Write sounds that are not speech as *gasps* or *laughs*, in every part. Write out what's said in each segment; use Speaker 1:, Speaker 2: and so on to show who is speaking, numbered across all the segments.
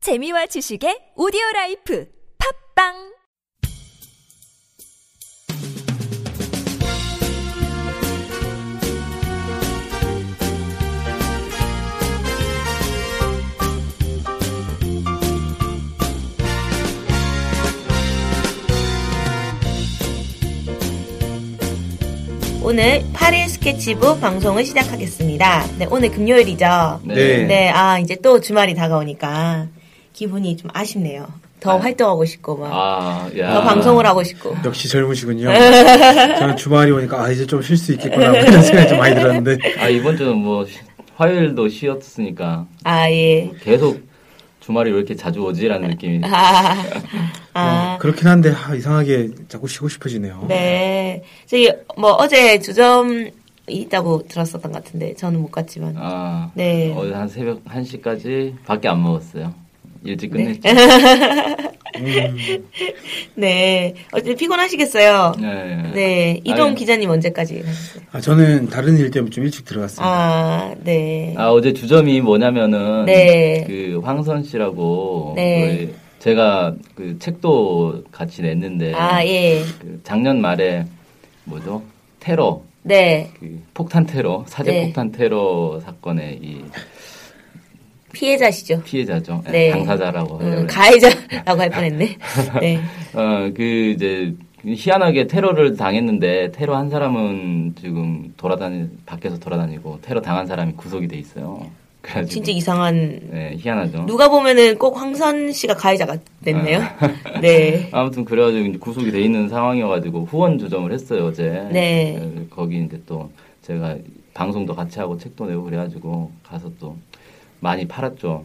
Speaker 1: 재미와 지식의 오디오 라이프 팝빵
Speaker 2: 오늘 8일 스케치북 방송을 시작하겠습니다. 네, 오늘 금요일이죠.
Speaker 3: 네.
Speaker 2: 네, 아, 이제 또 주말이 다가오니까 기분이 좀 아쉽네요. 더
Speaker 4: 아.
Speaker 2: 활동하고 싶고, 막.
Speaker 4: 아, 야.
Speaker 2: 더 방송을 하고 싶고.
Speaker 3: 역시 *laughs* 젊으시군요. 저는 주말이 오니까 아 이제 좀 쉴 수 있겠구나 그런 생각이 좀 많이 들었는데
Speaker 4: 아, 이번 주는 뭐, 쉬- 화요일도 쉬었으니까
Speaker 2: 아, 예. *laughs*
Speaker 4: 계속 주말이 왜 이렇게 자주 오지라는 느낌이.
Speaker 2: 아,
Speaker 3: 어,
Speaker 2: 아.
Speaker 3: 그렇긴 한데 아, 이상하게 자꾸 쉬고 싶어지네요.
Speaker 2: 네. 저기, 뭐, 어제 주점 있다고 들었었던 것 같은데, 저는 못 갔지만.
Speaker 4: 아,
Speaker 2: 네.
Speaker 4: 어제 한 새벽 1시까지 밖에 안 먹었어요. 일찍 끝냈죠.
Speaker 2: *laughs* 네. 어제 피곤하시겠어요?
Speaker 4: 네.
Speaker 2: 네. 이동
Speaker 4: 아니,
Speaker 2: 기자님 언제까지 하셨어요?
Speaker 3: 아, 저는 다른 일 때문에 좀 일찍 들어갔습니다.
Speaker 2: 아, 네.
Speaker 4: 아, 어제 주점이 뭐냐면은,
Speaker 2: 네.
Speaker 4: 그, 황선 씨라고,
Speaker 2: 네.
Speaker 4: 그 제가 그 책도 같이 냈는데,
Speaker 2: 아, 예.
Speaker 4: 그 작년 말에, 뭐죠? 테러,
Speaker 2: 네.
Speaker 4: 그 폭탄 테러, 사제
Speaker 2: 네.
Speaker 4: 폭탄 테러 사건의 이
Speaker 2: 피해자시죠.
Speaker 4: 피해자죠. 예,
Speaker 2: 네.
Speaker 4: 당사자라고 하려고
Speaker 2: 음,
Speaker 4: 그래요.
Speaker 2: 가해자라고 할 뻔했네. 네.
Speaker 4: 어, 그 이제 희한하게 테러를 당했는데 테러 한 사람은 지금 돌아다니 밖에서 돌아다니고 테러 당한 사람이 구속이 돼 있어요. 그래가지고
Speaker 2: 진짜 이상한.
Speaker 4: 네, 희한하죠.
Speaker 2: 누가 보면은 꼭 황선 씨가 가해자 같았네요.
Speaker 4: 아.
Speaker 2: 네.
Speaker 4: 아무튼 그래가지고 이제 구속이 돼 있는 상황이어가지고 후원 주점을 했어요 어제.
Speaker 2: 네.
Speaker 4: 예, 거기 이제 또 제가 방송도 같이 하고 책도 내고 그래가지고 가서 또 많이 팔았죠.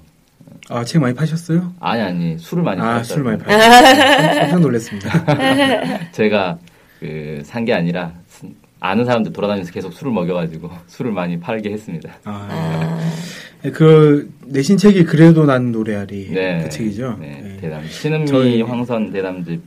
Speaker 3: 아, 책 많이 파셨어요?
Speaker 4: 아니 아니 술을 많이
Speaker 3: 아,
Speaker 4: 팔았어요.
Speaker 3: 술 많이 파셨어요. 깜짝 *laughs* 놀랐습니다.
Speaker 4: 제가 그 산 게 아니라 쓴- 아는 사람들 돌아다니면서 계속 술을 먹여가지고 술을 많이 팔게 했습니다.
Speaker 3: 아, 그 내신 책이 그래도 난 노래하리
Speaker 4: 네,
Speaker 3: 그 책이죠.
Speaker 4: 네,
Speaker 3: 네.
Speaker 4: 대담. 신은미
Speaker 3: 저희-
Speaker 4: 황선 대담집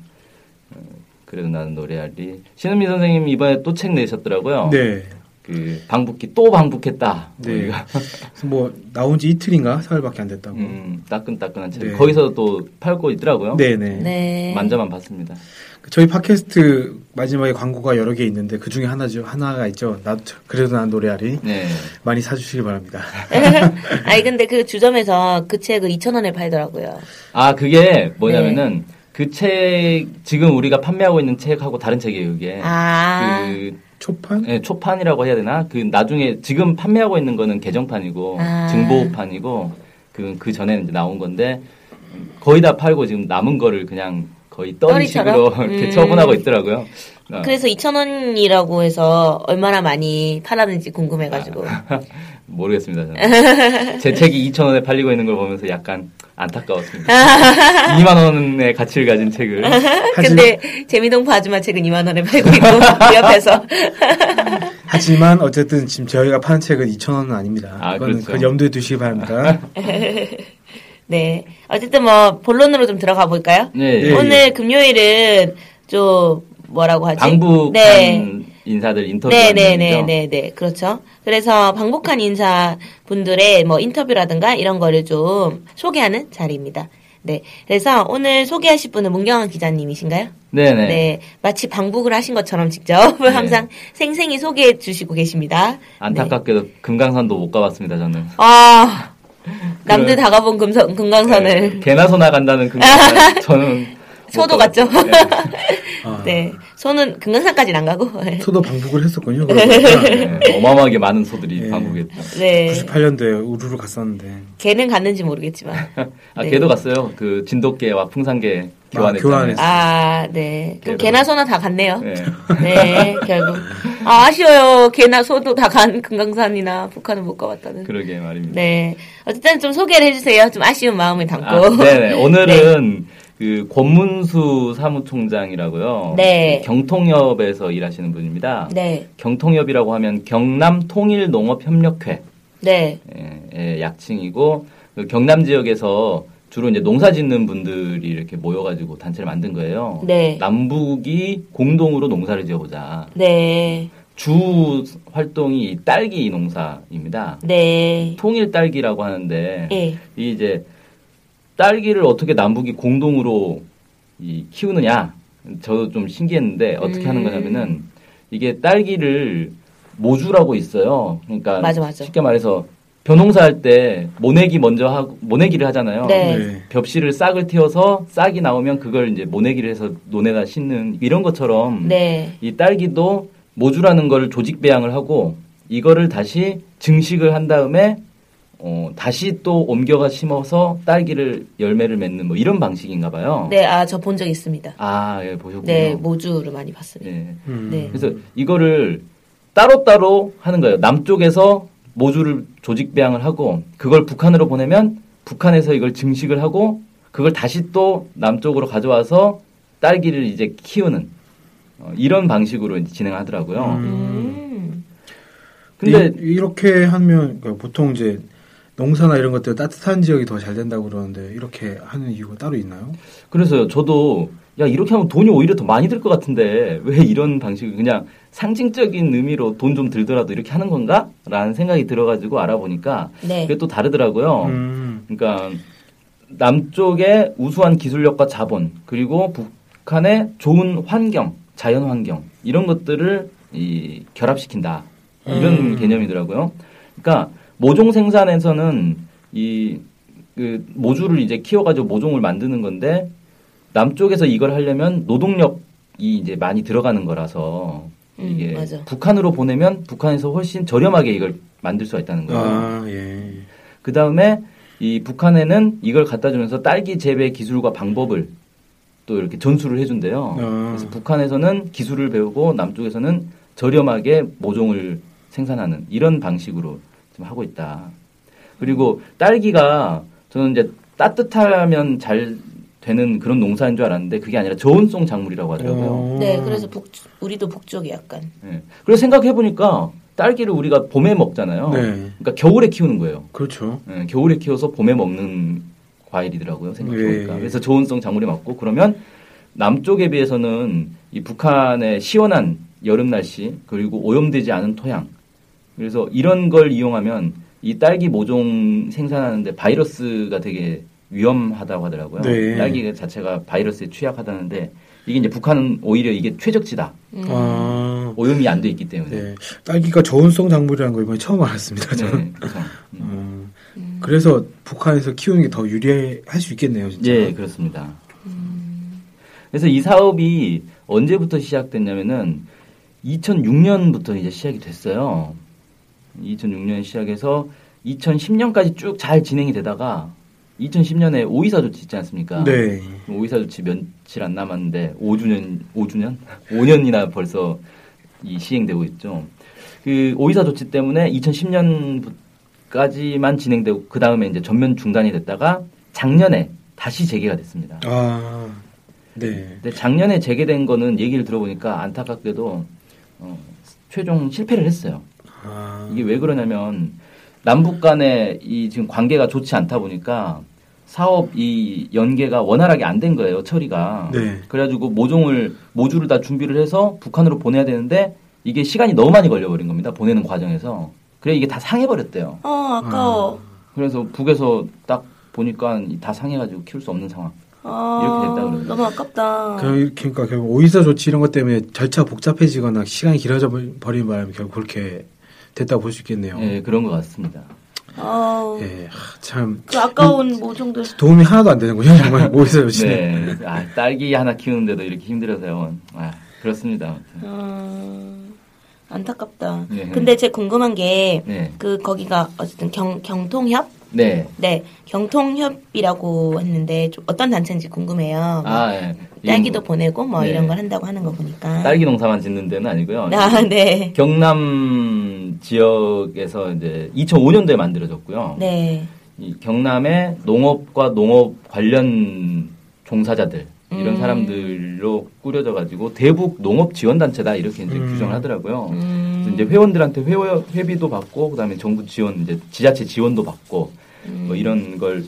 Speaker 4: 어, 그래도 나는 노래하리. 신은미 선생님 이번에 또 책 내셨더라고요.
Speaker 3: 네.
Speaker 4: 그 방북기 또 방북했다.
Speaker 3: 네.
Speaker 4: 우리가
Speaker 3: 그래서 뭐 나온 지 이틀인가 사흘밖에 안 됐다고.
Speaker 4: 음, 따끈따끈한 책.
Speaker 3: 네.
Speaker 4: 거기서 또 팔고 있더라고요.
Speaker 3: 네네.
Speaker 2: 네.
Speaker 4: 만져만 봤습니다.
Speaker 3: 저희 팟캐스트 마지막에 광고가 여러 개 있는데 그 중에 하나죠. 하나가 있죠. 나 그래도 난 노래하리.
Speaker 4: 네.
Speaker 3: 많이 사주시길 바랍니다.
Speaker 2: 아니 근데 그 주점에서 그 책을 2천 원에 팔더라고요.
Speaker 4: 아 그게 뭐냐면은
Speaker 3: 네.
Speaker 4: 그 책 지금 우리가 판매하고 있는 책하고 다른 책이에요. 이게
Speaker 2: 아.
Speaker 4: 네. 그
Speaker 3: 초판?
Speaker 4: 예, 초판이라고 해야 되나? 그 나중에 지금 판매하고 있는 거는 개정판이고
Speaker 2: 아.
Speaker 4: 증보판이고 그 그 전에 이제 나온 건데 거의 다 팔고 지금 남은 거를 그냥 거의
Speaker 2: 떨이처럼?
Speaker 4: 떠니식으로 *laughs* 이렇게
Speaker 2: 음.
Speaker 4: 처분하고 있더라고요. 어,
Speaker 2: 그래서 2천 원이라고 해서 얼마나 많이 팔았는지 궁금해가지고.
Speaker 4: 아. 모르겠습니다. 저는.
Speaker 2: *laughs*
Speaker 4: 제 책이 2천 원에 팔리고 있는 걸 보면서 약간 안타까웠습니다.
Speaker 2: *laughs*
Speaker 4: 2만 원의 가치를 가진 책을
Speaker 2: 근데 재미동포 아줌마 책은 2만 원에 팔고 있고 그 옆에서
Speaker 3: 하지만 어쨌든 지금 저희가 파는 책은 2,000원은 아닙니다.
Speaker 4: 아,
Speaker 3: 그건
Speaker 4: 그렇죠.
Speaker 3: 그걸 염두에 두시기 바랍니다.
Speaker 2: 네. 어쨌든 뭐 본론으로 좀 들어가 볼까요?
Speaker 4: 네,
Speaker 3: 예,
Speaker 2: 오늘 금요일은 좀 뭐라고 하지?
Speaker 4: 방북한
Speaker 2: 네.
Speaker 4: 인사들 인터뷰
Speaker 2: 네,
Speaker 4: 하는
Speaker 2: 네, 네,
Speaker 4: 거죠.
Speaker 2: 네, 네. 그렇죠. 그래서 방북한 인사 분들의 뭐 인터뷰라든가 이런 거를 좀 소개하는 자리입니다. 네. 그래서 오늘 소개하실 분은 문경환 기자님이신가요?
Speaker 4: 네,
Speaker 2: 네.
Speaker 4: 네.
Speaker 2: 마치 방북을 하신 것처럼 직접 *laughs* 항상 생생히 소개해 주시고 계십니다. 네.
Speaker 4: 안타깝게도 금강산도 못 가봤습니다. 저는.
Speaker 2: 아, 남들
Speaker 4: 그래.
Speaker 2: 다 가본 금선, 금강산을.
Speaker 4: 네, 개나 소나 간다는
Speaker 2: *laughs*
Speaker 4: 그 말은 저는
Speaker 2: 소도
Speaker 4: 못
Speaker 2: 갔죠?
Speaker 4: 가봤어요. 네,
Speaker 2: *laughs* *laughs*
Speaker 3: 아,
Speaker 2: 네. 소는 금강산까지는 안 가고. *laughs* 네.
Speaker 3: 소도 아, 방북을 했었군요. 그러니까
Speaker 4: 네, 네, 어마어마하게 많은 소들이 방북했다.
Speaker 2: 네.
Speaker 3: 98년도에 우르르 갔었는데
Speaker 2: 걔는 갔는지 모르겠지만.
Speaker 4: *laughs* 아
Speaker 2: 네.
Speaker 4: 걔도 갔어요. 그 진돗개와 풍산개
Speaker 3: 교환했어요.
Speaker 4: 교환했잖아요.
Speaker 2: 아, 네. 그럼 개나 소나 다 갔네요.
Speaker 4: 네.
Speaker 2: 네, 결국. 아, 아쉬워요. 개나 소도 다 간 금강산이나 북한은 못 가봤다는.
Speaker 4: 그러게 말입니다.
Speaker 2: 네. 어쨌든 좀 소개를 해주세요. 좀 아쉬운 마음을 담고.
Speaker 4: 아, 네네. 오늘은 그 권문수 사무총장이라고요.
Speaker 2: 네.
Speaker 4: 그 경통협에서 일하시는 분입니다.
Speaker 2: 네.
Speaker 4: 경통협이라고 하면 경남 통일농업협력회
Speaker 2: 네.
Speaker 4: 예, 예, 약칭이고 그 경남 지역에서 주로 이제 농사 짓는 분들이 이렇게 모여가지고 단체를 만든 거예요.
Speaker 2: 네.
Speaker 4: 남북이 공동으로 농사를 지어보자.
Speaker 2: 네.
Speaker 4: 주 활동이 이 딸기 농사입니다.
Speaker 2: 네.
Speaker 4: 통일 딸기라고 하는데
Speaker 2: 예.
Speaker 4: 이 이제 딸기를 어떻게 남북이 공동으로 이 키우느냐 저도 좀 신기했는데 어떻게 하는
Speaker 2: 음.
Speaker 4: 거냐면은 이게 딸기를 모주라고 있어요. 그러니까
Speaker 2: 맞아, 맞아.
Speaker 4: 쉽게 말해서 벼농사 할 때 모내기 먼저 하고 모내기를 하잖아요.
Speaker 2: 네.
Speaker 4: 벽실을 싹을 틔워서 싹이 나오면 그걸 이제 모내기를 해서 논에다 씻는 이런 것처럼
Speaker 2: 네.
Speaker 4: 이 딸기도 모주라는 걸 조직 배양을 하고 이거를 다시 증식을 한 다음에 어, 다시 또 옮겨가 심어서 딸기를 열매를 맺는 뭐 이런 방식인가 봐요.
Speaker 2: 네, 아, 저 본 적 있습니다.
Speaker 4: 아, 예, 보셨군요.
Speaker 2: 네, 모주를 많이 봤습니다.
Speaker 4: 예.
Speaker 3: 음.
Speaker 2: 네.
Speaker 4: 그래서 이거를 따로따로 하는 거예요. 남쪽에서 모주를 조직 배양을 하고 그걸 북한으로 보내면 북한에서 이걸 증식을 하고 그걸 다시 또 남쪽으로 가져와서 딸기를 이제 키우는 어, 이런 방식으로 이제 진행하더라고요.
Speaker 2: 음.
Speaker 4: 근데
Speaker 3: 음. 이, 렇게 하면 그러니까 보통 이제 농사나 이런 것들 따뜻한 지역이 더 잘 된다고 그러는데 이렇게 하는 이유가 따로 있나요?
Speaker 4: 그래서요, 저도 야 이렇게 하면 돈이 오히려 더 많이 들 것 같은데 왜 이런 방식을 그냥 상징적인 의미로 돈 좀 들더라도 이렇게 하는 건가?라는 생각이 들어가지고 알아보니까
Speaker 2: 네.
Speaker 4: 그게 또 다르더라고요.
Speaker 3: 음.
Speaker 4: 그러니까 남쪽의 우수한 기술력과 자본 그리고 북한의 좋은 환경, 자연 환경 이런 것들을 이 결합시킨다 이런
Speaker 2: 음.
Speaker 4: 개념이더라고요. 그러니까 모종 생산에서는 이 그 모주를 이제 키워가지고 모종을 만드는 건데 남쪽에서 이걸 하려면 노동력이 이제 많이 들어가는 거라서
Speaker 2: 음,
Speaker 4: 이게
Speaker 2: 맞아.
Speaker 4: 북한으로 보내면 북한에서 훨씬 저렴하게 이걸 만들 수가 있다는 거예요.
Speaker 3: 아 예.
Speaker 4: 그 다음에 이 북한에는 이걸 갖다 주면서 딸기 재배 기술과 방법을 또 이렇게 전수를 해준대요.
Speaker 3: 아.
Speaker 4: 어, 그래서 북한에서는 기술을 배우고 남쪽에서는 저렴하게 모종을 생산하는 이런 방식으로 지금 하고 있다. 그리고 딸기가 저는 이제 따뜻하면 잘 되는 그런 농사인 줄 알았는데 그게 아니라 저온성 작물이라고 하더라고요.
Speaker 3: 어.
Speaker 2: 네, 그래서 북, 우리도 북쪽이 약간.
Speaker 4: 예. 그래서 생각해 보니까 딸기를 우리가 봄에 먹잖아요.
Speaker 3: 네.
Speaker 4: 그러니까 겨울에 키우는 거예요.
Speaker 3: 그렇죠.
Speaker 4: 예, 겨울에 키워서 봄에 먹는 과일이더라고요 생각해보니까
Speaker 3: 예, 예.
Speaker 4: 그래서 좋은성 작물이 맞고 그러면 남쪽에 비해서는 이 북한의 시원한 여름 날씨 그리고 오염되지 않은 토양 그래서 이런 걸 이용하면 이 딸기 모종 생산하는데 바이러스가 되게 위험하다고 하더라고요
Speaker 3: 네.
Speaker 4: 딸기 자체가 바이러스에 취약하다는데 이게 이제 북한은 오히려 이게 최적지다
Speaker 2: 음.
Speaker 3: 아
Speaker 4: 오염이 안 돼 있기 때문에
Speaker 3: 네. 그렇죠. 딸기가 저온성 작물이라는 걸 이번에 처음 알았습니다. 저는.
Speaker 4: 네, 그래서, 음.
Speaker 3: 음. 그래서 북한에서 키우는 게 더 유리할 수 있겠네요, 진짜.
Speaker 4: 예, 그렇습니다.
Speaker 3: 음.
Speaker 4: 그래서 이 사업이 언제부터 시작됐냐면은 2006년부터 이제 시작이 됐어요. 2006년 시작해서 2010년까지 쭉 잘 진행이 되다가 2010년에 오이사 조치 있지 않습니까?
Speaker 3: 네.
Speaker 4: 오이사 조치 며칠 안 남았는데 5주년, 5주년? *laughs* 5년이나 벌써 이 시행되고 있죠. 그 오이사 조치 때문에 2010년까지만 진행되고 그 다음에 이제 전면 중단이 됐다가 작년에 다시 재개가 됐습니다.
Speaker 3: 아, 네.
Speaker 4: 근데 작년에 재개된 거는 얘기를 들어보니까 안타깝게도 어, 최종 실패를 했어요.
Speaker 3: 아,
Speaker 4: 이게 왜 그러냐면 남북 간의 이 지금 관계가 좋지 않다 보니까 사업 이 연계가 원활하게 안 된 거예요 처리가.
Speaker 3: 네.
Speaker 4: 그래가지고 모종을 모주를 다 준비를 해서 북한으로 보내야 되는데 이게 시간이 너무 많이 걸려버린 겁니다 보내는 과정에서. 그래 이게 다 상해버렸대요.
Speaker 2: 어, 아까워.
Speaker 4: 음. 그래서 북에서 딱 보니까 다 상해가지고 키울 수 없는 상황.
Speaker 2: 아,
Speaker 4: 이렇게 됐다 그러네.
Speaker 2: 너무 아깝다.
Speaker 3: 그- 그러니까 결국 오이사 조치 이런 것 때문에 절차 복잡해지거나 시간이 길어져 버- 버린 바람에 결국 그렇게 됐다고 볼 수 있겠네요.
Speaker 4: 예 그런 것 같습니다.
Speaker 2: 아우,
Speaker 3: 예, 하, 참
Speaker 2: 그 아까운 모종들.
Speaker 3: 도움이 하나도 안 되는군요,
Speaker 4: *laughs*
Speaker 3: 정말 오이사 조치는.
Speaker 4: 네. 아, 딸기 하나 키우는데도 이렇게 힘들어서요. 아, 그렇습니다.
Speaker 2: 아, 안타깝다.
Speaker 4: 예.
Speaker 2: 근데 제 궁금한 게,
Speaker 4: 네.
Speaker 2: 그, 거기가 어쨌든 경, 경통협?
Speaker 4: 네.
Speaker 2: 네, 경통협이라고 했는데, 좀 어떤 단체인지 궁금해요.
Speaker 4: 아, 예.
Speaker 2: 딸기도
Speaker 4: 이건
Speaker 2: 보내고 뭐
Speaker 4: 네.
Speaker 2: 이런 걸 한다고 하는 거 보니까.
Speaker 4: 딸기 농사만 짓는 데는 아니고요.
Speaker 2: 아, 네.
Speaker 4: 경남 지역에서 이제 2005년도에 만들어졌고요.
Speaker 2: 네.
Speaker 4: 이 경남의 농업과 농업 관련 종사자들 이런
Speaker 2: 음.
Speaker 4: 사람들로 꾸려져 가지고 대북 농업 지원 단체다 이렇게 이제
Speaker 3: 음.
Speaker 4: 규정을 하더라고요.
Speaker 2: 음.
Speaker 4: 그래서 이제 회원들한테 회, 회비도 받고 그다음에 정부 지원 이제 지자체 지원도 받고
Speaker 2: 음.
Speaker 4: 뭐 이런 걸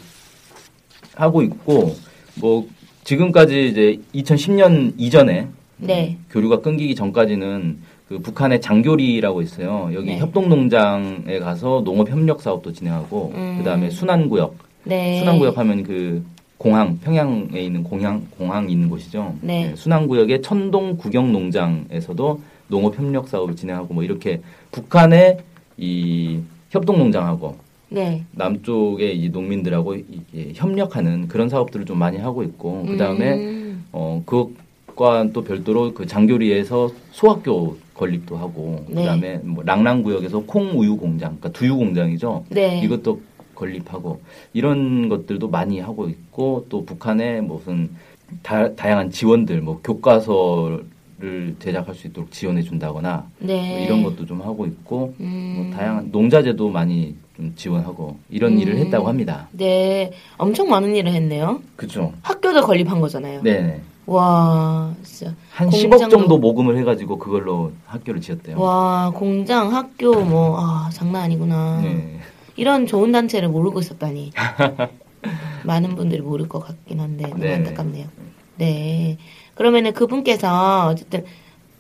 Speaker 4: 하고 있고 뭐 지금까지 이제 2010년 이전에
Speaker 2: 네.
Speaker 4: 교류가 끊기기 전까지는 그 북한의 장교리라고 있어요. 여기
Speaker 2: 네.
Speaker 4: 협동농장에 가서 농업 협력 사업도 진행하고
Speaker 2: 음.
Speaker 4: 그다음에 순환구역
Speaker 2: 네.
Speaker 4: 순환구역 하면 그 공항 평양에 있는 공항 공항이 있는 곳이죠.
Speaker 2: 네.
Speaker 4: 순안 구역의 천동 구경 농장에서도 농업 협력 사업을 진행하고 뭐 이렇게 북한의 이 협동 농장하고
Speaker 2: 네.
Speaker 4: 남쪽의 이 농민들하고 이게 협력하는 그런 사업들을 좀 많이 하고 있고 그다음에
Speaker 2: 음,
Speaker 4: 어, 그것과 또 별도로 그 장교리에서 소학교 건립도 하고
Speaker 2: 네.
Speaker 4: 그다음에 뭐 랑랑 구역에서 콩 우유 공장, 그러니까 두유 공장이죠.
Speaker 2: 네.
Speaker 4: 이것도 건립하고 이런 것들도 많이 하고 있고 또 북한의 무슨 다, 다양한 지원들, 뭐 교과서를 제작할 수 있도록 지원해 준다거나
Speaker 2: 네.
Speaker 4: 뭐 이런 것도 좀 하고 있고
Speaker 2: 음.
Speaker 4: 뭐 다양한 농자재도 많이 좀 지원하고 이런
Speaker 2: 음.
Speaker 4: 일을 했다고 합니다.
Speaker 2: 네. 엄청 많은 일을 했네요.
Speaker 4: 그렇죠.
Speaker 2: 학교도 건립한 거잖아요.
Speaker 4: 네.
Speaker 2: 와, 진짜.
Speaker 4: 한
Speaker 2: 공장도-
Speaker 4: 10억 정도 모금을 해가지고 그걸로 학교를 지었대요.
Speaker 2: 와, 공장, 학교, 뭐, 아, 장난 아니구나.
Speaker 4: 네.
Speaker 2: 이런 좋은 단체를 모르고
Speaker 4: *laughs*
Speaker 2: 있었다니. 많은 분들이 모를 것 같긴 한데 너무
Speaker 4: 네.
Speaker 2: 안타깝네요. 네. 그러면은 그분께서 어쨌든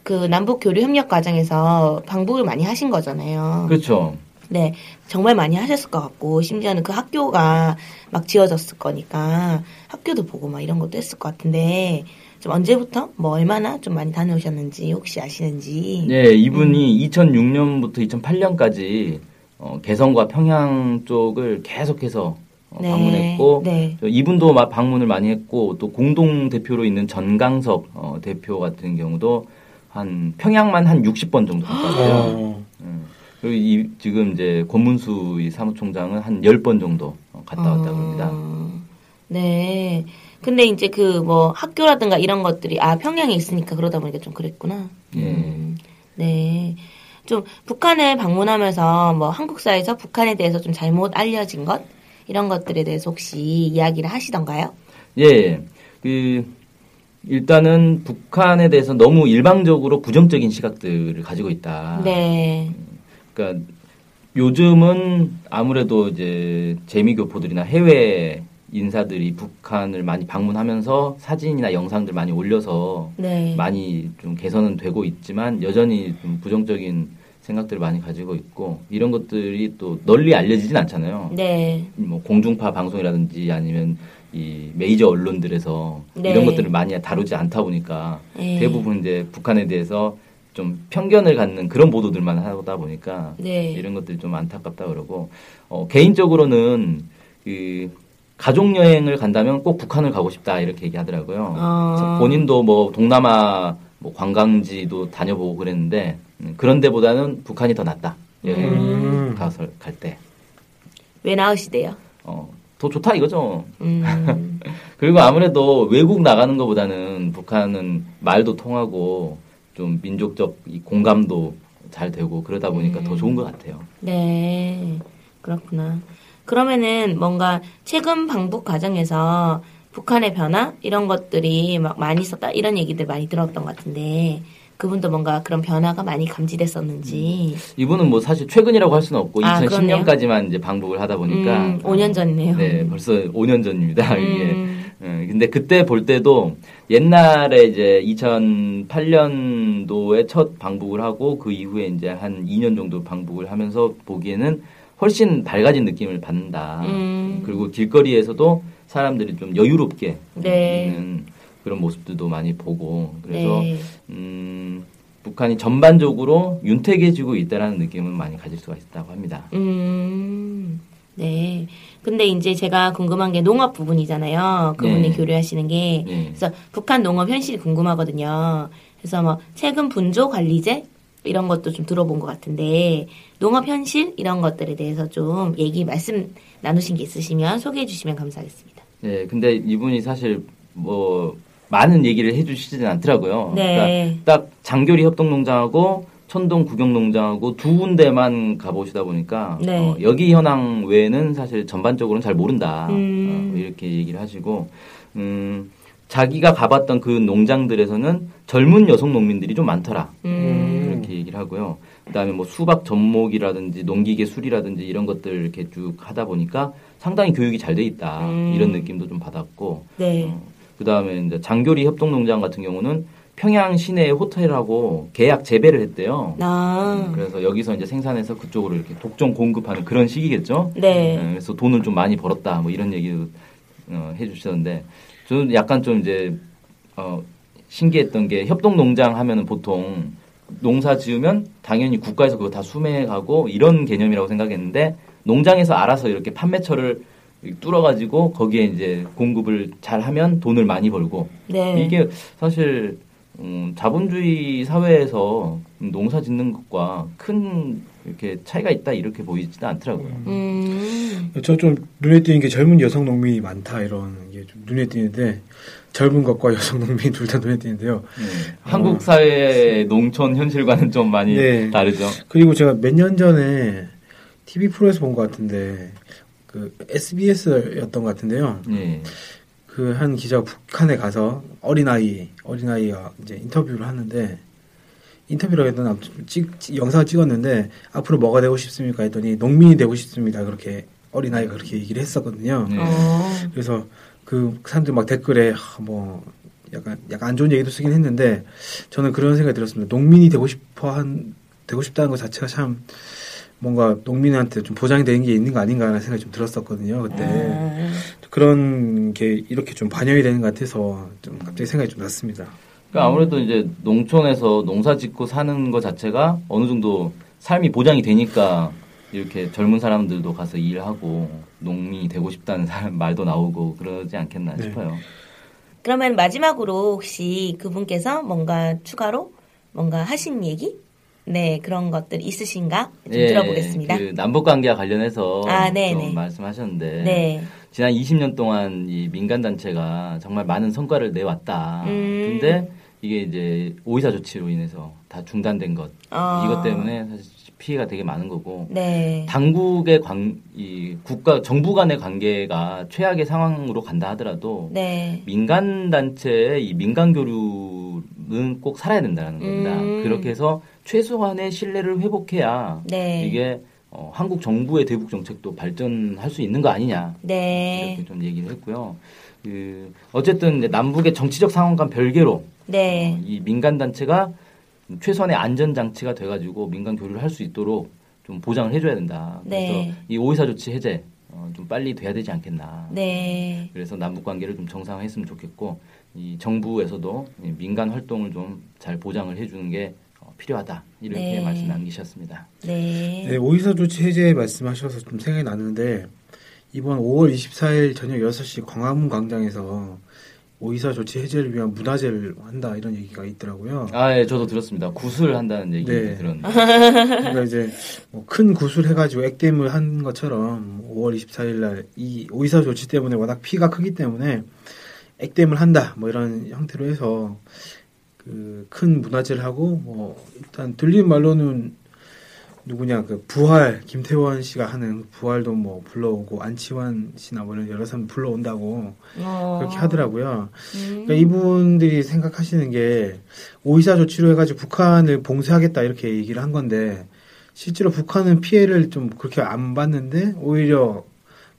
Speaker 2: 그 남북 교류 협력 과정에서 방북을 많이 하신 거잖아요.
Speaker 4: 그렇죠.
Speaker 2: 네. 정말 많이 하셨을 것 같고 심지어는 그 학교가 막 지어졌을 거니까 학교도 보고 막 이런 것도 했을 것 같은데 좀 언제부터 뭐 얼마나 좀 많이 다녀오셨는지 혹시 아시는지.
Speaker 4: 예, 이분이 2006년부터 2008년까지 어, 개성과 평양 쪽을 계속해서 어,
Speaker 2: 네,
Speaker 4: 방문했고
Speaker 2: 네.
Speaker 4: 저 이분도 막 방문을 많이 했고 또 공동 대표로 있는 전강석 어, 대표 같은 경우도 한 평양만 한 60번 정도 갔다
Speaker 2: *gasps*
Speaker 4: 왔어요.
Speaker 3: 어,
Speaker 4: 음. 그리고 이, 지금 이제 권문수 이 사무총장은 한 10번 정도 어, 갔다 왔다 고 합니다.
Speaker 2: 아, 네. 근데 이제 그 뭐 학교라든가 이런 것들이 아 평양에 있으니까 그러다 보니까 좀 그랬구나.
Speaker 4: 예.
Speaker 2: 음, 네. 좀 북한에 방문하면서 뭐 한국사에서 북한에 대해서 좀 잘못 알려진 것 이런 것들에 대해서 혹시 이야기를 하시던가요?
Speaker 4: 예. 그 일단은 북한에 대해서 너무 일방적으로 부정적인 시각들을 가지고 있다.
Speaker 2: 네.
Speaker 4: 그러니까 요즘은 아무래도 이제 재미교포들이나 해외 인사들이 북한을 많이 방문하면서 사진이나 영상들 많이 올려서
Speaker 2: 네.
Speaker 4: 많이 좀 개선은 되고 있지만 여전히 좀 부정적인 생각들을 많이 가지고 있고 이런 것들이 또 널리 알려지진 않잖아요.
Speaker 2: 네.
Speaker 4: 뭐 공중파 방송이라든지 아니면 이 메이저 언론들에서
Speaker 2: 네.
Speaker 4: 이런 것들을 많이 다루지 않다 보니까
Speaker 2: 예.
Speaker 4: 대부분 이제 북한에 대해서 좀 편견을 갖는 그런 보도들만 하다 보니까
Speaker 2: 네.
Speaker 4: 이런 것들이 좀 안타깝다 그러고 어, 개인적으로는 그 가족 여행을 간다면 꼭 북한을 가고 싶다 이렇게 얘기하더라고요.
Speaker 2: 아.
Speaker 4: 그래서 본인도 뭐 동남아 뭐 관광지도 다녀보고 그랬는데 음, 그런 데보다는 북한이 더 낫다. 여행
Speaker 3: 음.
Speaker 4: 가서 갈 때.
Speaker 2: 왜 나으시대요?
Speaker 4: 어, 더 좋다 이거죠. *laughs*
Speaker 2: 음.
Speaker 4: 그리고 아무래도 외국 나가는 것보다는 북한은 말도 통하고 좀 민족적 이 공감도 잘 되고 그러다 보니까 더 좋은 것 같아요.
Speaker 2: 네, 그렇구나. 그러면은 뭔가 최근 방북 과정에서 북한의 변화 이런 것들이 막 많이 있었다 이런 얘기들 많이 들었던 것 같은데 그분도 뭔가 그런 변화가 많이 감지됐었는지
Speaker 4: 이분은 뭐 사실 최근이라고 할 수는 없고
Speaker 2: 아, 그렇네요.
Speaker 4: 2010년까지만 이제 방북을 하다 보니까 아,
Speaker 2: 음, 5년 전이네요.
Speaker 4: 그러니까 네, 벌써 5년 전입니다. 이게.
Speaker 2: 음,
Speaker 4: 예, 근데 그때 볼 때도 옛날에 이제 2008년도에 첫 방북을 하고 그 이후에 이제 한 2년 정도 방북을 하면서 보기에는 훨씬 밝아진 느낌을 받는다. 예,
Speaker 2: 음.
Speaker 4: 그리고 길거리에서도 사람들이 좀 여유롭게
Speaker 2: 네.
Speaker 4: 있는 그런 모습들도 많이 보고 그래서
Speaker 2: 네.
Speaker 4: 음, 북한이 전반적으로 윤택해지고 있다라는 느낌은 많이 가질 수가 있다고 합니다.
Speaker 2: 음, 네. 근데 이제 제가 궁금한 게 농업 부분이잖아요. 그분이
Speaker 4: 네.
Speaker 2: 교류하시는 게.
Speaker 4: 네.
Speaker 2: 그래서 북한 농업 현실이 궁금하거든요. 그래서 뭐 세금 분조 관리제 이런 것도 좀 들어본 것 같은데 농업 현실 이런 것들에 대해서 좀 얘기 말씀 나누신 게 있으시면 소개해 주시면 감사하겠습니다.
Speaker 4: 네, 근데 이분이 사실 뭐 많은 얘기를 해주시지는 않더라고요.
Speaker 2: 네.
Speaker 4: 그러니까 딱 장교리 협동농장하고 천동 구경농장하고 두 군데만 가보시다 보니까
Speaker 2: 네.
Speaker 4: 어, 여기 현황 외에는 사실 전반적으로는 잘 모른다
Speaker 2: 음.
Speaker 4: 어, 이렇게 얘기를 하시고 음, 자기가 가봤던 그 농장들에서는 젊은 여성 농민들이 좀 많더라.
Speaker 2: 음,
Speaker 4: 이렇게 얘기를 하고요. 그다음에 뭐 수박 접목이라든지 농기계술이라든지 이런 것들 이렇게 쭉 하다 보니까 상당히 교육이 잘 돼 있다
Speaker 2: 음.
Speaker 4: 이런 느낌도 좀 받았고
Speaker 2: 네.
Speaker 4: 어, 그다음에 이제 장교리 협동농장 같은 경우는 평양 시내 호텔하고 계약 재배를 했대요.
Speaker 2: 나.
Speaker 4: 그래서 여기서 이제 생산해서 그쪽으로 이렇게 독점 공급하는 그런 식이겠죠.
Speaker 2: 네.
Speaker 4: 음, 그래서 돈을 좀 많이 벌었다 뭐 이런 얘기도 어, 해주셨는데 저는 약간 좀 이제 어, 신기했던 게 협동농장 하면은 보통 농사 지으면 당연히 국가에서 그거 다 수매하고 이런 개념이라고 생각했는데 농장에서 알아서 이렇게 판매처를 뚫어가지고 거기에 이제 공급을 잘하면 돈을 많이 벌고
Speaker 2: 네.
Speaker 4: 이게 사실 음, 자본주의 사회에서 농사 짓는 것과 큰 이렇게 차이가 있다 이렇게 보이지는 않더라고요.
Speaker 2: 음.
Speaker 3: 저 좀 눈에 띄는 게 젊은 여성 농민이 많다 이런 게 좀 눈에 띄는데 젊은 것과 *laughs* 여성 농민 둘 다 눈에 띄는데요.
Speaker 4: 음, 한국 사회의 농촌 현실과는 좀 많이
Speaker 3: 어. 네.
Speaker 4: 다르죠.
Speaker 3: 그리고 제가 몇 년 전에 TV 프로에서 본 것 같은데 그 SBS였던 것 같은데요.
Speaker 4: 예.
Speaker 3: 그 한 기자 가 북한에 가서 어린아이 어린아이와 이제 인터뷰를 하는데 인터뷰를 했던 앞- 찍, 찍- 영상을 찍었는데 앞으로 뭐가 되고 싶습니까 했더니 농민이 되고 싶습니다 그렇게 어린아이가 그렇게 얘기를 했었거든요
Speaker 4: 네.
Speaker 2: 어.
Speaker 3: 그래서 그 사람들 막 댓글에 하, 뭐 약간 약간 안 좋은 얘기도 쓰긴 했는데 저는 그런 생각이 들었습니다 농민이 되고 싶어 한 되고 싶다는 것 자체가 참 뭔가 농민한테 좀 보장이 되는 게 있는 거 아닌가 하는 생각이 좀 들었었거든요 그때
Speaker 4: 네.
Speaker 2: 아.
Speaker 3: 그런 게 이렇게 좀 반영이 되는 것 같아서 좀 갑자기 생각이 좀 났습니다.
Speaker 4: 그러니까 아무래도 이제 농촌에서 농사 짓고 사는 것 자체가 어느 정도 삶이 보장이 되니까 이렇게 젊은 사람들도 가서 일하고 농민이 되고 싶다는 사람 *laughs* 말도 나오고 그러지 않겠나
Speaker 3: 네.
Speaker 4: 싶어요.
Speaker 2: 그러면 마지막으로 혹시 그분께서 뭔가 추가로 뭔가 하신 얘기? 네, 그런 것들 있으신가? 좀
Speaker 4: 예,
Speaker 2: 들어보겠습니다.
Speaker 4: 그 남북 관계와 관련해서
Speaker 2: 아, 네,
Speaker 4: 좀
Speaker 2: 네.
Speaker 4: 말씀하셨는데
Speaker 2: 네.
Speaker 4: 지난 20년 동안 이 민간 단체가 정말 많은 성과를 내왔다.
Speaker 2: 음.
Speaker 4: 근데 이게 이제 오이사 조치로 인해서 다 중단된 것
Speaker 2: 아.
Speaker 4: 이것 때문에 사실 피해가 되게 많은 거고
Speaker 2: 네.
Speaker 4: 당국의 관, 이 국가 정부 간의 관계가 최악의 상황으로 간다 하더라도
Speaker 2: 네.
Speaker 4: 민간 단체의 이 민간 교류는 꼭 살아야 된다는 겁니다.
Speaker 2: 음.
Speaker 4: 그렇게 해서 최소한의 신뢰를 회복해야
Speaker 2: 네.
Speaker 4: 이게 어, 한국 정부의 대북 정책도 발전할 수 있는 거 아니냐 이렇게
Speaker 2: 네.
Speaker 4: 좀 얘기를 했고요. 그 어쨌든 이제 남북의 정치적 상황과 별개로 어,
Speaker 2: 네.
Speaker 4: 이 민간 단체가 최선의 안전 장치가 돼가지고 민간 교류를 할 수 있도록 좀 보장을 해줘야 된다. 그래서
Speaker 2: 네.
Speaker 4: 이 오이사 조치 해제 어, 좀 빨리 돼야 되지 않겠나.
Speaker 2: 네.
Speaker 4: 그래서 남북 관계를 좀 정상화했으면 좋겠고 이 정부에서도 이 민간 활동을 좀 잘 보장을 해주는 게 어, 필요하다 이렇게
Speaker 2: 네.
Speaker 4: 말씀 남기셨습니다.
Speaker 2: 네.
Speaker 3: 네, 오이사 조치 해제 말씀하셔서 좀 생각이 났는데 이번 5월 24일 저녁 6시 광화문 광장에서 오이사 조치 해제를 위한 문화제를 한다 이런 얘기가 있더라고요.
Speaker 4: 아, 예, 저도 들었습니다. 구슬 한다는 얘기
Speaker 3: 네.
Speaker 4: 들었는데.
Speaker 3: 그러니까 이제 뭐큰 구슬 해가지고 액땜을 한 것처럼 5월 24일 날 이 오이사 조치 때문에 워낙 피가 크기 때문에 액땜을 한다 뭐 이런 형태로 해서 그 큰 문화제를 하고 뭐 일단 들린 말로는 누구냐 그 부활 김태원 씨가 하는 부활도 뭐 불러오고 안치환 씨나 뭐 이런 여러 사람 불러온다고
Speaker 2: 어.
Speaker 3: 그렇게 하더라고요.
Speaker 2: 음.
Speaker 3: 그러니까 이분들이 생각하시는 게 오이사 조치로 해가지고 북한을 봉쇄하겠다 이렇게 얘기를 한 건데 실제로 북한은 피해를 좀 그렇게 안 봤는데 오히려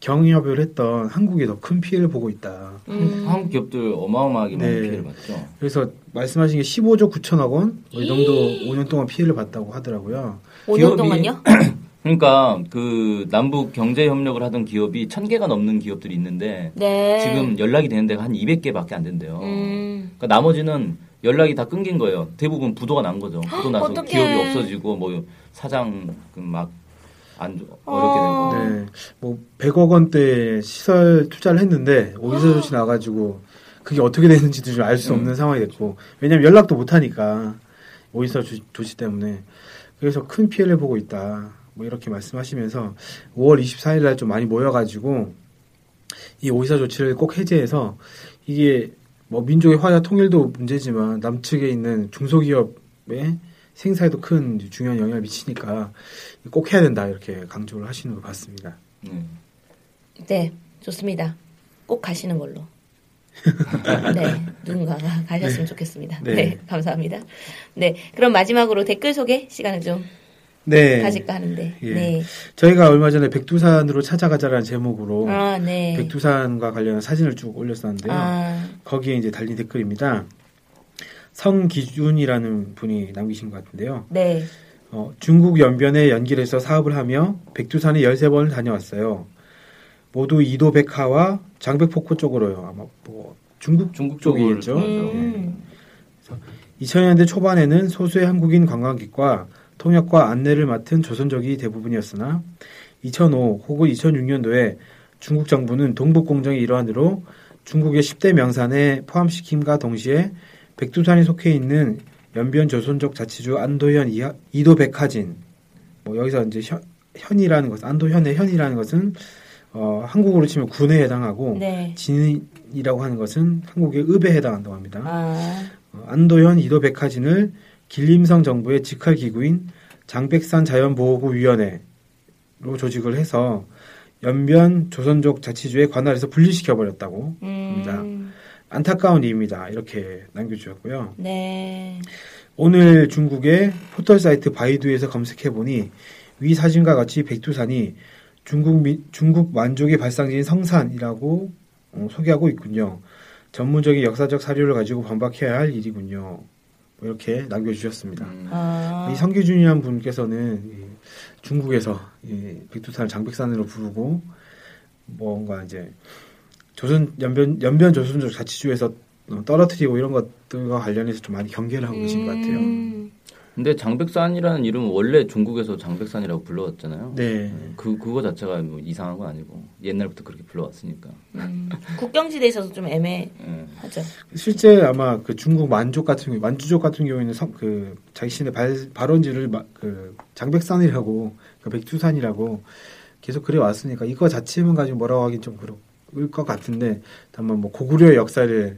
Speaker 3: 경협을 했던 한국이 더 큰 피해를 보고 있다.
Speaker 2: *laughs* 음.
Speaker 4: 한국 기업들 어마어마하게 많은
Speaker 3: 네.
Speaker 4: 피해를 봤죠.
Speaker 3: 그래서 말씀하신 게 15조 9천억 원? 뭐이 정도
Speaker 2: 이.
Speaker 3: 5년 동안 피해를 봤다고 하더라고요.
Speaker 2: 5년 동안요?
Speaker 4: *clears throat* 그러니까 그 남북 경제 협력을 하던 기업이 천 개가 넘는 기업들이 있는데
Speaker 2: 네.
Speaker 4: 지금 연락이 되는 데가 한 200개밖에 안 된대요.
Speaker 2: 음.
Speaker 4: 그러니까 나머지는 연락이 다 끊긴 거예요. 대부분 부도가 난 거죠. 부도 나서
Speaker 2: 어떡해.
Speaker 4: 기업이 없어지고 뭐 사장 그 막안 어렵게
Speaker 2: 어.
Speaker 4: 되고.
Speaker 3: 네. 뭐 100억 원대 시설 투자를 했는데 오이사 조치 나가지고 그게 어떻게 되는지도 좀 알 수 없는 상황이 됐고 왜냐면 연락도 못 하니까 오이사 조- 조치 때문에 그래서 큰 피해를 보고 있다. 뭐 이렇게 말씀하시면서 5월 24일 날 좀 많이 모여가지고 이 오이사 조치를 꼭 해제해서 이게 뭐 민족의 화자 통일도 문제지만 남측에 있는 중소기업의 생사에도 큰 중요한 영향을 미치니까 꼭 해야 된다 이렇게 강조를 하시는 걸 봤습니다.
Speaker 4: 네.
Speaker 2: 네, 좋습니다. 꼭 가시는
Speaker 4: *laughs*
Speaker 2: 걸로. 네, 누군가가 가셨으면 좋겠습니다. 네.
Speaker 3: 네.
Speaker 2: 감사합니다. 네, 그럼 마지막으로 댓글 소개 시간을 좀
Speaker 3: 네.
Speaker 2: 가질까 하는데.
Speaker 3: 예.
Speaker 2: 네.
Speaker 3: 저희가 얼마 전에 백두산으로 찾아가자라는 제목으로
Speaker 2: 아, 네.
Speaker 3: 백두산과 관련한 사진을 쭉 올렸었는데요.
Speaker 2: 아,
Speaker 3: 거기에 이제 달린 댓글입니다. 성기준이라는 분이 남기신 것 같은데요.
Speaker 2: 네.
Speaker 3: 어, 중국 연변에 연길에서 사업을 하며 백두산에 13번을 다녀왔어요. 모두 이도 백화와 장백포코 쪽으로요. 아마 뭐 중국
Speaker 4: 중국 쪽으로 음.
Speaker 3: 쪽이겠죠.
Speaker 4: 통해서.
Speaker 3: 예.
Speaker 2: 음.
Speaker 3: 2000년대 초반에는 소수의 한국인 관광객과 통역과 안내를 맡은 조선족이 대부분이었으나 2005 혹은 2006년도에 중국 정부는 동북공정의 일환으로 중국의 10대 명산에 포함시킴과 동시에 백두산에 속해 있는 연변 조선족 자치주 안도현 이하- 이도 백화진 뭐 여기서 이제 현, 현이라는 것 안도현의 현이라는 것은 어, 한국으로 치면 군에 해당하고
Speaker 2: 네.
Speaker 3: 진이라고 하는 것은 한국의 읍에 해당한다고 합니다.
Speaker 2: 아,
Speaker 3: 어, 안도현 이도 백화진을 길림성 정부의 직할 기구인 장백산 자연보호구위원회로 조직을 해서 연변 조선족 자치주의 관할에서 분리시켜 버렸다고
Speaker 2: 음.
Speaker 3: 안타까운 일입니다. 이렇게 남겨주셨고요.
Speaker 2: 네.
Speaker 3: 오늘 중국의 포털 사이트 바이두에서 검색해 보니 위 사진과 같이 백두산이 중국 민- 중국 만족의 발상지인 성산이라고 어, 소개하고 있군요. 전문적인 역사적 사료를 가지고 반박해야 할 일이군요. 뭐 이렇게 남겨주셨습니다.
Speaker 4: 음.
Speaker 2: 아.
Speaker 3: 이 성기준이란 분께서는 이 중국에서 이 백두산을 장백산으로 부르고 뭔가 이제 조선 연변 연변 조선족 자치주에서 떨어뜨리고 이런 것들과 관련해서 좀 많이 경계를 하고 계신 것 같아요.
Speaker 2: 음.
Speaker 4: 근데 장백산이라는 이름은 원래 중국에서 장백산이라고 불러왔잖아요.
Speaker 3: 네.
Speaker 4: 그 그거 자체가 뭐 이상한 건 아니고 옛날부터 그렇게 불러왔으니까.
Speaker 2: 음. 국경지대에 있어서 좀 애매하죠.
Speaker 4: 예.
Speaker 3: 실제 아마 그 중국 만족 같은 경우, 만주족 같은 경우에는 성, 그 자신의 발, 발원지를 마- 그 장백산이라고 그 백두산이라고 계속 그래 왔으니까 이거 자체만 가지고 뭐라고 하긴 좀 그럴 것 같은데 다만 뭐 고구려의 역사를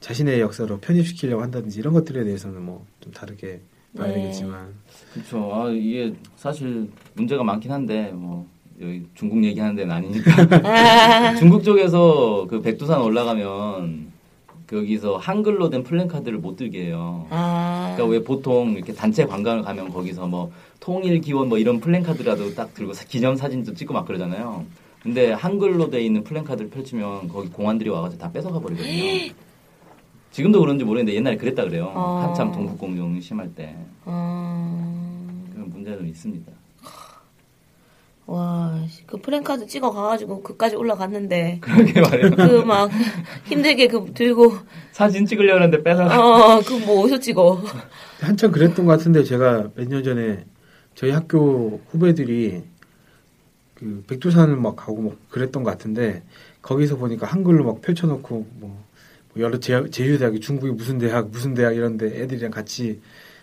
Speaker 3: 자신의 역사로 편입시키려고 한다든지 이런 것들에 대해서는 뭐 좀 다르게 봐야
Speaker 2: 네.
Speaker 3: 되겠지만
Speaker 4: 그렇죠. 아, 이게 사실 문제가 많긴 한데 뭐 여기 중국 얘기하는 데는 아니니까 *laughs* 중국 쪽에서 그 백두산 올라가면 거기서 한글로 된 플랜카드를 못 들게 해요.
Speaker 2: 아.
Speaker 4: 그러니까 왜 보통 이렇게 단체 관광을 가면 거기서 뭐 통일 기원 뭐 이런 플랜카드라도 딱 들고 사- 기념 사진도 찍고 막 그러잖아요. 근데 한글로 돼 있는 플랜카드를 펼치면 거기 공안들이 와가지고 다 뺏어가 버리거든요. 지금도 그런지 모르겠는데 옛날에 그랬다 그래요.
Speaker 2: 어.
Speaker 4: 한참 동북공정 심할 때
Speaker 2: 어.
Speaker 4: 그런 문제는 있습니다.
Speaker 2: 와, 씨, 그 프랭카드 찍어 가가지고 그까지 올라갔는데
Speaker 4: 그러게 말해요.
Speaker 2: 그 막 *laughs* 힘들게 그 들고
Speaker 4: 사진 찍으려고 하는데 뺏어가.
Speaker 2: 어그뭐 어디서 찍어?
Speaker 3: 한참 그랬던 것 같은데 제가 몇 년 전에 저희 학교 후배들이 그 백두산을 막 가고 막 그랬던 것 같은데 거기서 보니까 한글로 막 펼쳐놓고 뭐 여러 제, 유대학이 중국의 무슨 대학 무슨 대학 이런데 애들이랑 같이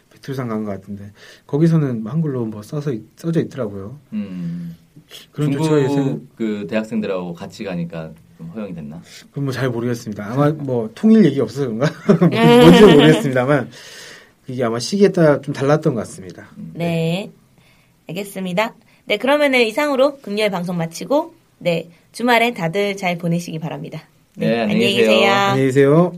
Speaker 3: 백두산 간 것 같은데 거기서는 한글로 뭐 써서 있- 써져 있더라고요.
Speaker 4: 음.
Speaker 3: 그런
Speaker 4: 중국
Speaker 3: 조처에 서
Speaker 4: 그 대학생들하고 같이 가니까 좀 허용이 됐나?
Speaker 3: 그건 뭐잘 모르겠습니다. 아마 뭐 통일 얘기 없어서 그런가 *laughs* 뭔지 는 모르겠습니다만 이게 아마 시기에 따라 좀 달랐던 것 같습니다.
Speaker 2: 네, 알겠습니다. 네 그러면은 이상으로 금요일 방송 마치고 네 주말엔 다들 잘 보내시기 바랍니다.
Speaker 4: 네, 안녕히
Speaker 2: 안녕히
Speaker 4: 계세요.
Speaker 2: 계세요.
Speaker 3: 안녕히 계세요.